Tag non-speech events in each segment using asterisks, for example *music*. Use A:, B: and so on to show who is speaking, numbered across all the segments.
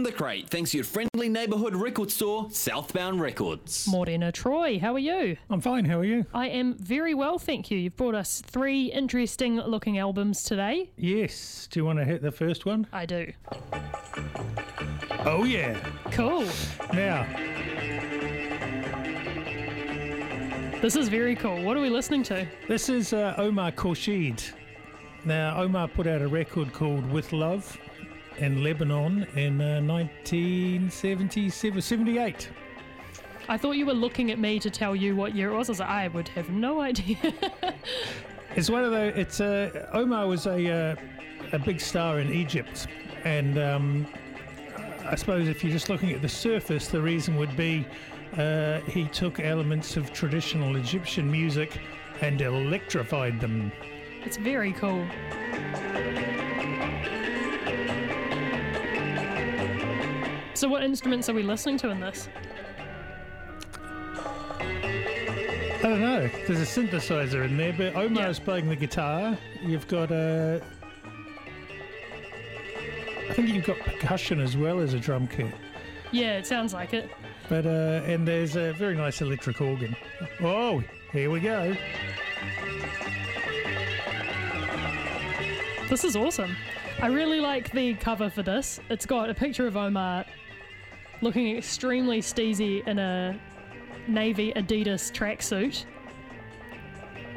A: The Crate, thanks to your friendly neighbourhood record store, Southbound Records.
B: Morena Troy, how are you?
C: I'm fine. How are you?
B: I am very well, thank you. You've brought us three interesting looking albums today.
C: Yes. Do you want to hit the first one?
B: I do.
C: Oh, yeah.
B: Cool.
C: Now,
B: This is very cool. What are we listening to?
C: this is uh, Omar Khorshid. Now, Omar put out a record called With Love in Lebanon in uh, 1977 78.
B: I thought you were looking at me to tell you what year it was. I was like, I would have no idea. *laughs*
C: It's one of the. It's uh, Omar was a uh, a big star in Egypt, and um, I suppose if you're just looking at the surface, the reason would be uh, he took elements of traditional Egyptian music and electrified them.
B: it's very cool. So, what instruments are we listening to in this?
C: I don't know. There's a synthesizer in there, but Omar's is playing the guitar. You've got Uh, I think you've got percussion as well as a drum kit.
B: Yeah, it sounds like it.
C: But uh, and there's a very nice electric organ. Oh, here we go.
B: This is awesome. I really like the cover for this. It's got a picture of Omar looking extremely steezy in a navy Adidas tracksuit,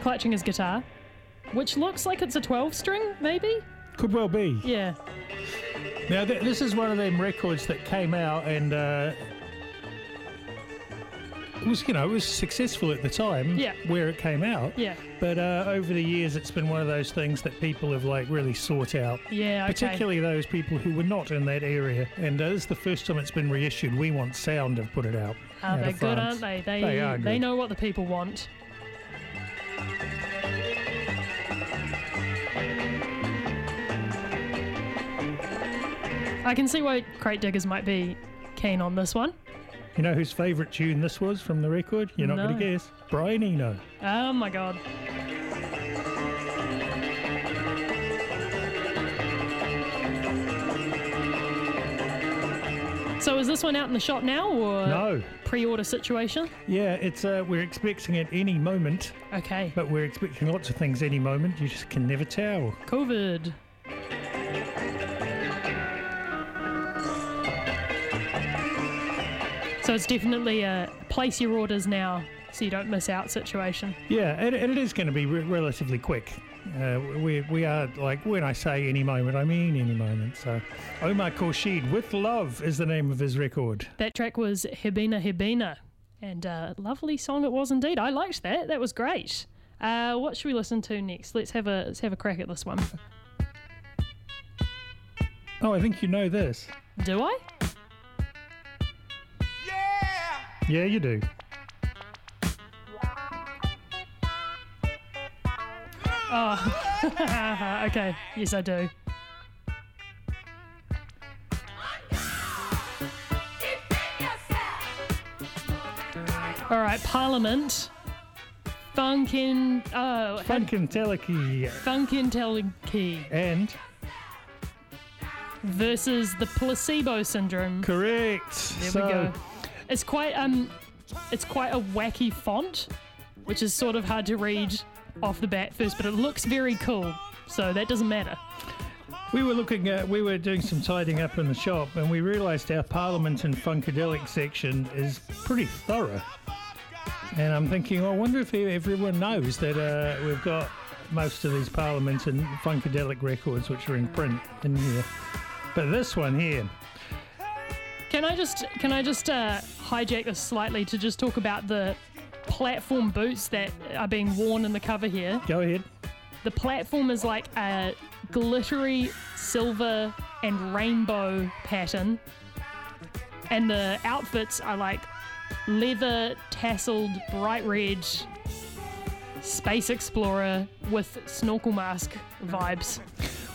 B: clutching his guitar, which looks like it's a 12 string, maybe?
C: Could well be.
B: Yeah.
C: Now, th- this is one of them records that came out and uh, it was, you know, it was successful at the time
B: Yeah.
C: where it came out.
B: Yeah.
C: But uh, over the years, it's been one of those things that people have like really sought out,
B: Yeah, okay.
C: particularly those people who were not in that area. And uh, this is the first time it's been reissued. We Want Sound have put it out.
B: Ah,
C: out of
B: they're good,
C: France.
B: aren't they? They,
C: They are
B: they
C: good.
B: know what the people want. I can see why crate diggers might be keen on this one.
C: You know whose favourite tune this was from the record? You're not
B: No.
C: going to guess. Brian Eno.
B: Oh my god. So is this one out in the shop now or
C: no.
B: pre-order situation?
C: Yeah, it's uh, we're expecting it any moment.
B: Okay.
C: But we're expecting lots of things any moment. You just can never tell.
B: COVID. So it's definitely a place your orders now so you don't miss out situation.
C: Yeah, and, and it is going to be re- relatively quick. Uh, we, we are like when I say any moment, I mean any moment. So, Omar Khorshid with love is the name of his record.
B: That track was Hebina Hebina, and a lovely song it was indeed. I liked that. That was great. Uh, what should we listen to next? Let's have a let's have a crack at this one.
C: Oh, I think you know this.
B: Do I?
C: Yeah, you do.
B: Uh, okay. Yes, I do. All right, Parliament. Funkin. Oh,
C: Funkin' Teleki
B: Funkin Teleki
C: and
B: versus the placebo syndrome.
C: correct.
B: There
C: so,
B: we go. It's quite um, it's quite a wacky font, which is sort of hard to read off the bat first, but it looks very cool. So that doesn't matter.
C: We were looking at, we were doing some tidying up in the shop, and we realised our Parliament and Funkadelic section is pretty thorough. And I'm thinking, I wonder if everyone knows that uh, we've got most of these Parliament and Funkadelic records, which are in print in here. But this one here,
B: Can I just can I just uh, hijack this slightly to just talk about the platform boots that are being worn in the cover here?
C: go ahead.
B: The platform is like a glittery silver and rainbow pattern. And the outfits are like leather, tasseled, bright red, space explorer with snorkel mask vibes.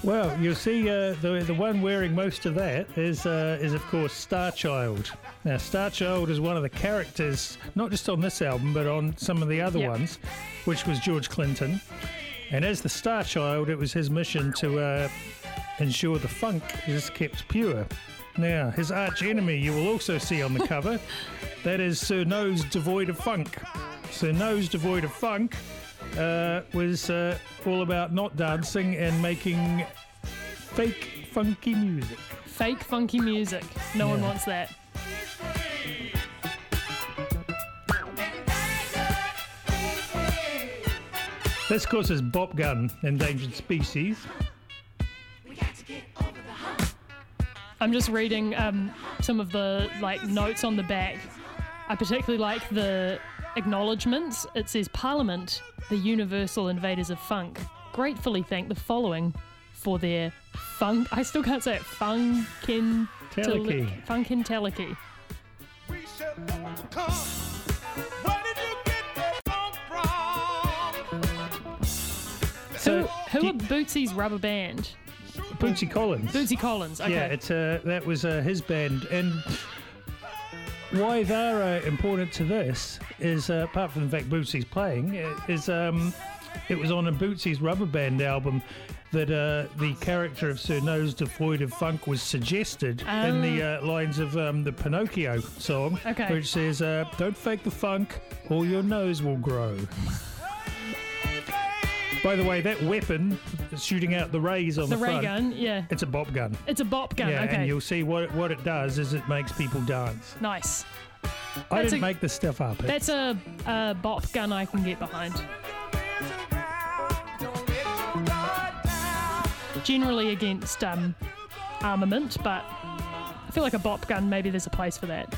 C: Well, you'll see uh, the the one wearing most of that is uh, is of course Starchild. Now, Starchild is one of the characters, not just on this album, but on some of the other
B: Yeah.
C: ones, which was George Clinton. And as the Starchild, it was his mission to uh, ensure the funk is kept pure. Now, his arch enemy you will also see on the cover. that is Sir Nose Devoid of Funk. Sir Nose Devoid of Funk uh, was uh, all about not dancing and making fake funky music.
B: Fake funky music. No one
C: Yeah.
B: wants that.
C: This, of course, is Bop Gun, Endangered Species.
B: I'm just reading um, some of the like notes on the back. I particularly like the acknowledgements. It says Parliament, the universal invaders of funk, gratefully thank the following for their funk. I still can't say it. Funkin
C: Telicky.
B: Funkin Telicky. Who,
C: So,
B: who are Bootsy's rubber band?
C: Bootsy Collins.
B: Bootsy Collins. Okay.
C: Yeah, it's uh, that was uh, his band, and why they're uh, important to this is uh, apart from the fact Bootsy's playing, i- is um, it was on a Bootsy's Rubber Band album that uh, the character of Sir Nose Devoid of Funk was suggested in the uh, lines of um, the Pinocchio song,
B: Ah. Okay.
C: which says, uh, "Don't fake the funk, or your nose will grow." By the way, that weapon shooting out the rays on
B: the
C: the,
B: ray
C: front,
B: gun. Yeah.
C: it's a bob gun.
B: It's a bop gun.
C: Yeah, and
B: okay.
C: you'll see what what it does is it makes people dance.
B: Nice.
C: I
B: That's
C: didn't
B: a-
C: make this stuff up. It-
B: That's a, a bop gun I can get behind. Generally against um, armament, but I feel like a bop gun, maybe there's a place for that.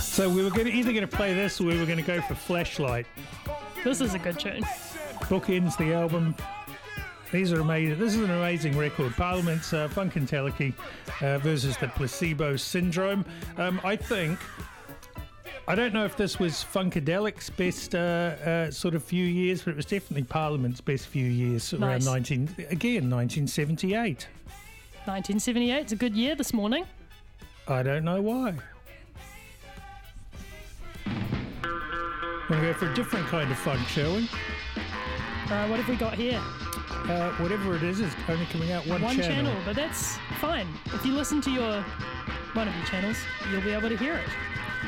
C: so we were gonna, either going to play this or we were going to go for Flashlight.
B: This is a good tune.
C: Bookends the album. These are amazing. This is an amazing record. Parliament's uh, Funk and Teleki uh, versus the Placebo Syndrome. Um, I think. I don't know if this was Funkadelic's best uh, uh, sort of few years, but it was definitely Parliament's best few years around
B: Nice.
C: 19, again, 1978.
B: 1978 is a good year this morning.
C: I don't know why. We'll go for a different kind of funk, shall we?
B: All right, what have we got here?
C: Uh, whatever it is, it's only coming out one,
B: One channel. but that's fine. If you listen to your one of your channels, you'll be able to hear it.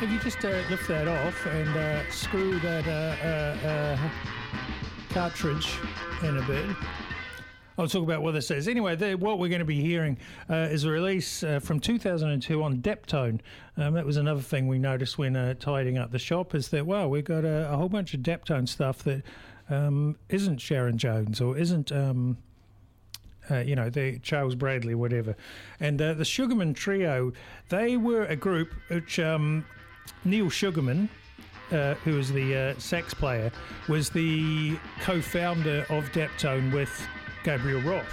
C: If you just uh, lift that off and uh, screw that uh, uh, uh, cartridge in a bit. I'll talk about what this is. Anyway, the, what we're going to be hearing uh, is a release uh, from 2002 on Deptone. Um, that was another thing we noticed when uh, tidying up the shop is that, wow, we've got a, a whole bunch of Deptone stuff that um, isn't Sharon Jones or isn't, um, uh, you know, the Charles Bradley, whatever. And uh, the Sugarman Trio, they were a group which um, Neil Sugarman, uh, who was the uh, sax player, was the co-founder of Deptone with Gabriel Roth.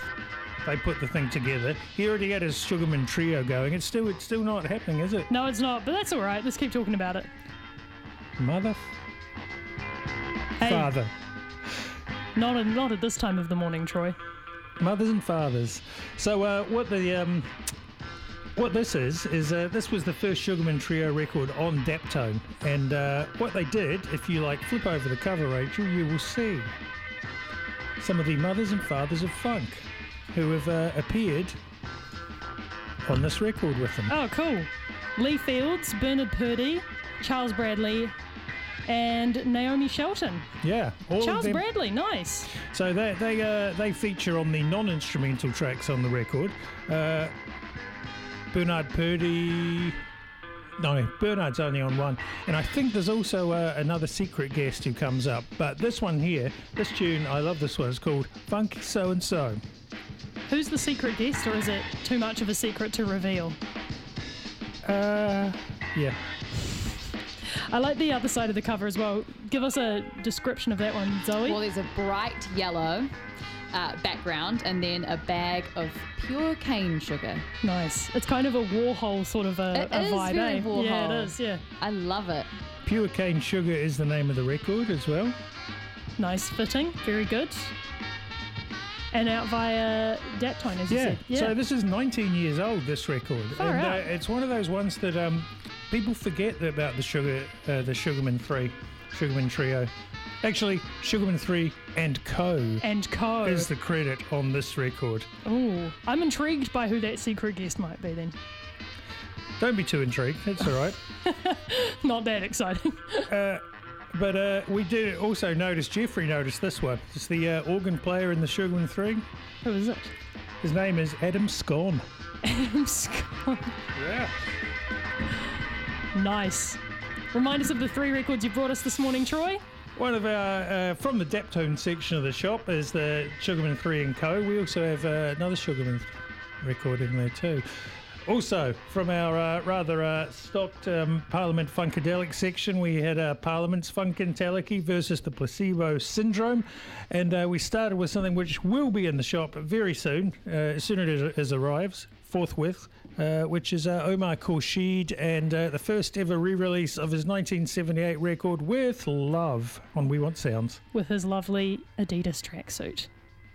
C: They put the thing together. He already had his Sugarman Trio going. It's still it's still not happening, is it?
B: No, it's not, but that's all right. Let's keep talking about it.
C: Mother,
B: Hey,
C: father.
B: Not, a, not at this time of the morning, Troy.
C: mothers and fathers. So uh, what the um, what this is is uh, this was the first Sugarman Trio record on Deptone, and uh, what they did, if you like, flip over the cover, Rachel, you will see some of the mothers and fathers of funk who have uh, appeared on this record with them.
B: Oh, cool. Lee Fields, Bernard Purdie, Charles Bradley, and Naomi Shelton.
C: Yeah, all
B: Charles
C: of them.
B: Bradley, nice.
C: So they they uh, they feature on the non-instrumental tracks on the record. Uh, Bernard Purdie. No, Bernard's only on one, and I think there's also uh, another secret guest who comes up. But this one here, this tune, I love this one. It's called Funky So and So.
B: Who's the secret guest, or is it too much of a secret to reveal?
C: Uh, yeah.
B: I like the other side of the cover as well. Give us a description of that one, Zoe.
D: Well, there's a bright yellow uh, background and then a bag of pure cane sugar.
B: nice. It's kind of a Warhol sort of a,
D: It
B: a
D: is
B: vibe,
D: very
B: eh?
D: Warhol.
B: Yeah, it is. Yeah,
D: I love it.
C: Pure Cane Sugar is the name of the record as well.
B: nice fitting, very good. And out via Daptone, as you
C: Yeah.
B: said. Yeah.
C: So this is 19 years old. This record,
B: Far
C: and
B: out.
C: Uh, it's one of those ones that um, people forget about the sugar, uh, the Sugarman Three. Sugarman Trio. Actually, Sugarman 3 and Co.
B: and Co.
C: is the credit on this record.
B: Ooh, I'm intrigued by who that secret guest might be then. *laughs*
C: Don't be too intrigued, it's all right.
B: Not that exciting.
C: But uh, we did also notice, Jeffrey noticed this one. It's the uh, organ player in the Sugarman 3.
B: who is it?
C: His name is Adam Scone.
B: Adam Scott.
C: Yeah.
B: *laughs* Nice. Remind us of the three records you brought us this morning, Troy.
C: One of our, uh, from the Deptone section of the shop is the Sugarman 3 and Co. We also have uh, another Sugarman record in there too. Also, from our uh, rather uh, stocked um, Parliament Funkadelic section, we had uh, Parliament's Funkadelicy versus the Placebo Syndrome. And uh, we started with something which will be in the shop very soon, uh, as soon as it as arrives, forthwith, uh, which is uh, Omar Khorshid and uh, the first ever re release of his 1978 record, With Love, on We Want Sounds.
B: With his lovely Adidas tracksuit,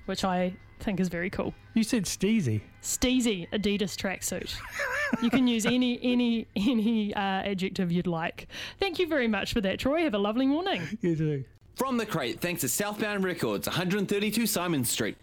B: which I think is very cool.
C: You said Steezy.
B: Steezy Adidas tracksuit. You can use any any any uh, adjective you'd like. Thank you very much for that, Troy. Have a lovely morning.
C: You do.
A: From the crate, thanks to Southbound Records, 132 Simon Street.